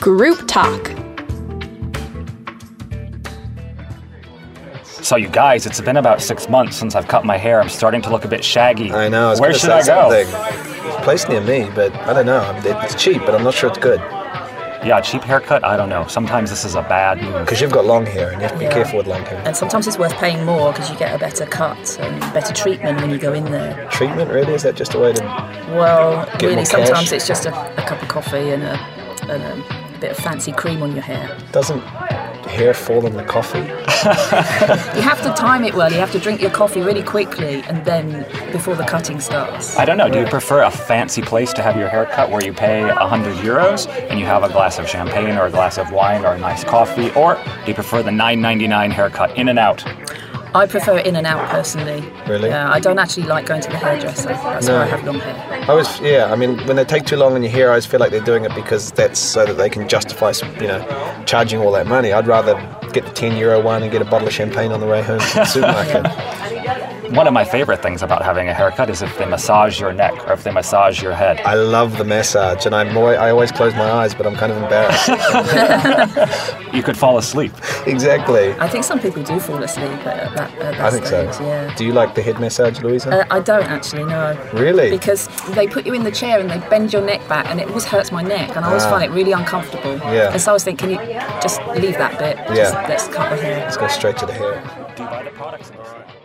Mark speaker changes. Speaker 1: Group Talk.
Speaker 2: So you guys, it's been about six months since I've cut my hair. I'm starting to look a bit shaggy.
Speaker 3: I know. I was
Speaker 2: Where
Speaker 3: gonna
Speaker 2: should
Speaker 3: say
Speaker 2: I go?
Speaker 3: Something. It's a place near me, but I don't know. It's cheap, but I'm not sure it's good
Speaker 2: Yeah, cheap haircut. I don't know. Sometimes this is a bad move.
Speaker 3: because you've got long hair and you have to be
Speaker 4: Yeah.
Speaker 3: careful with long hair.
Speaker 4: And sometimes it's worth paying more because you get a better cut and better treatment when you go in there.
Speaker 3: Treatment really is that just a way to?
Speaker 4: Well,
Speaker 3: Get more
Speaker 4: really,
Speaker 3: cash.
Speaker 4: sometimes it's just a, a cup of coffee and a, and a bit of fancy cream on your hair.
Speaker 3: Doesn't hair fall in the coffee?
Speaker 4: You have to time it well. You have to drink your coffee really quickly and then before the cutting starts.
Speaker 2: I don't know. Do you prefer a fancy place to have your hair cut where you pay 100 euros and you have a glass of champagne or a glass of wine or a nice coffee? Or do you prefer the 9.99 haircut in and out?
Speaker 4: I prefer in and out personally.
Speaker 3: Really?
Speaker 4: Yeah, I don't actually like going to the hairdresser. That's
Speaker 3: No.
Speaker 4: why I have long hair.
Speaker 3: I was yeah. I mean, when they take too long on your hair, I always feel like they're doing it because that's so that they can justify some, you know charging all that money. I'd rather get the ten euro one and get a bottle of champagne on the way home from the supermarket.
Speaker 2: One of my favorite things about having a haircut is if they massage your neck or if they massage your head.
Speaker 3: I love the massage, and I'm always, I always close my eyes, but I'm kind of embarrassed.
Speaker 2: You could fall asleep.
Speaker 3: exactly.
Speaker 4: I think some people do fall asleep at that, at that
Speaker 3: I think so.
Speaker 4: stage. Yeah.
Speaker 3: Do you like the head massage, Louisa?
Speaker 4: Uh, I don't actually know.
Speaker 3: Really?
Speaker 4: Because they put you in the chair and they bend your neck back, and it always hurts my neck, and I always
Speaker 3: Ah.
Speaker 4: find it really uncomfortable.
Speaker 3: Yeah.
Speaker 4: And so I was thinking, you just leave that bit.
Speaker 3: Yeah.
Speaker 4: Just let's cut the hair.
Speaker 3: Let's go straight to the hair.
Speaker 2: Do you buy the products in the store?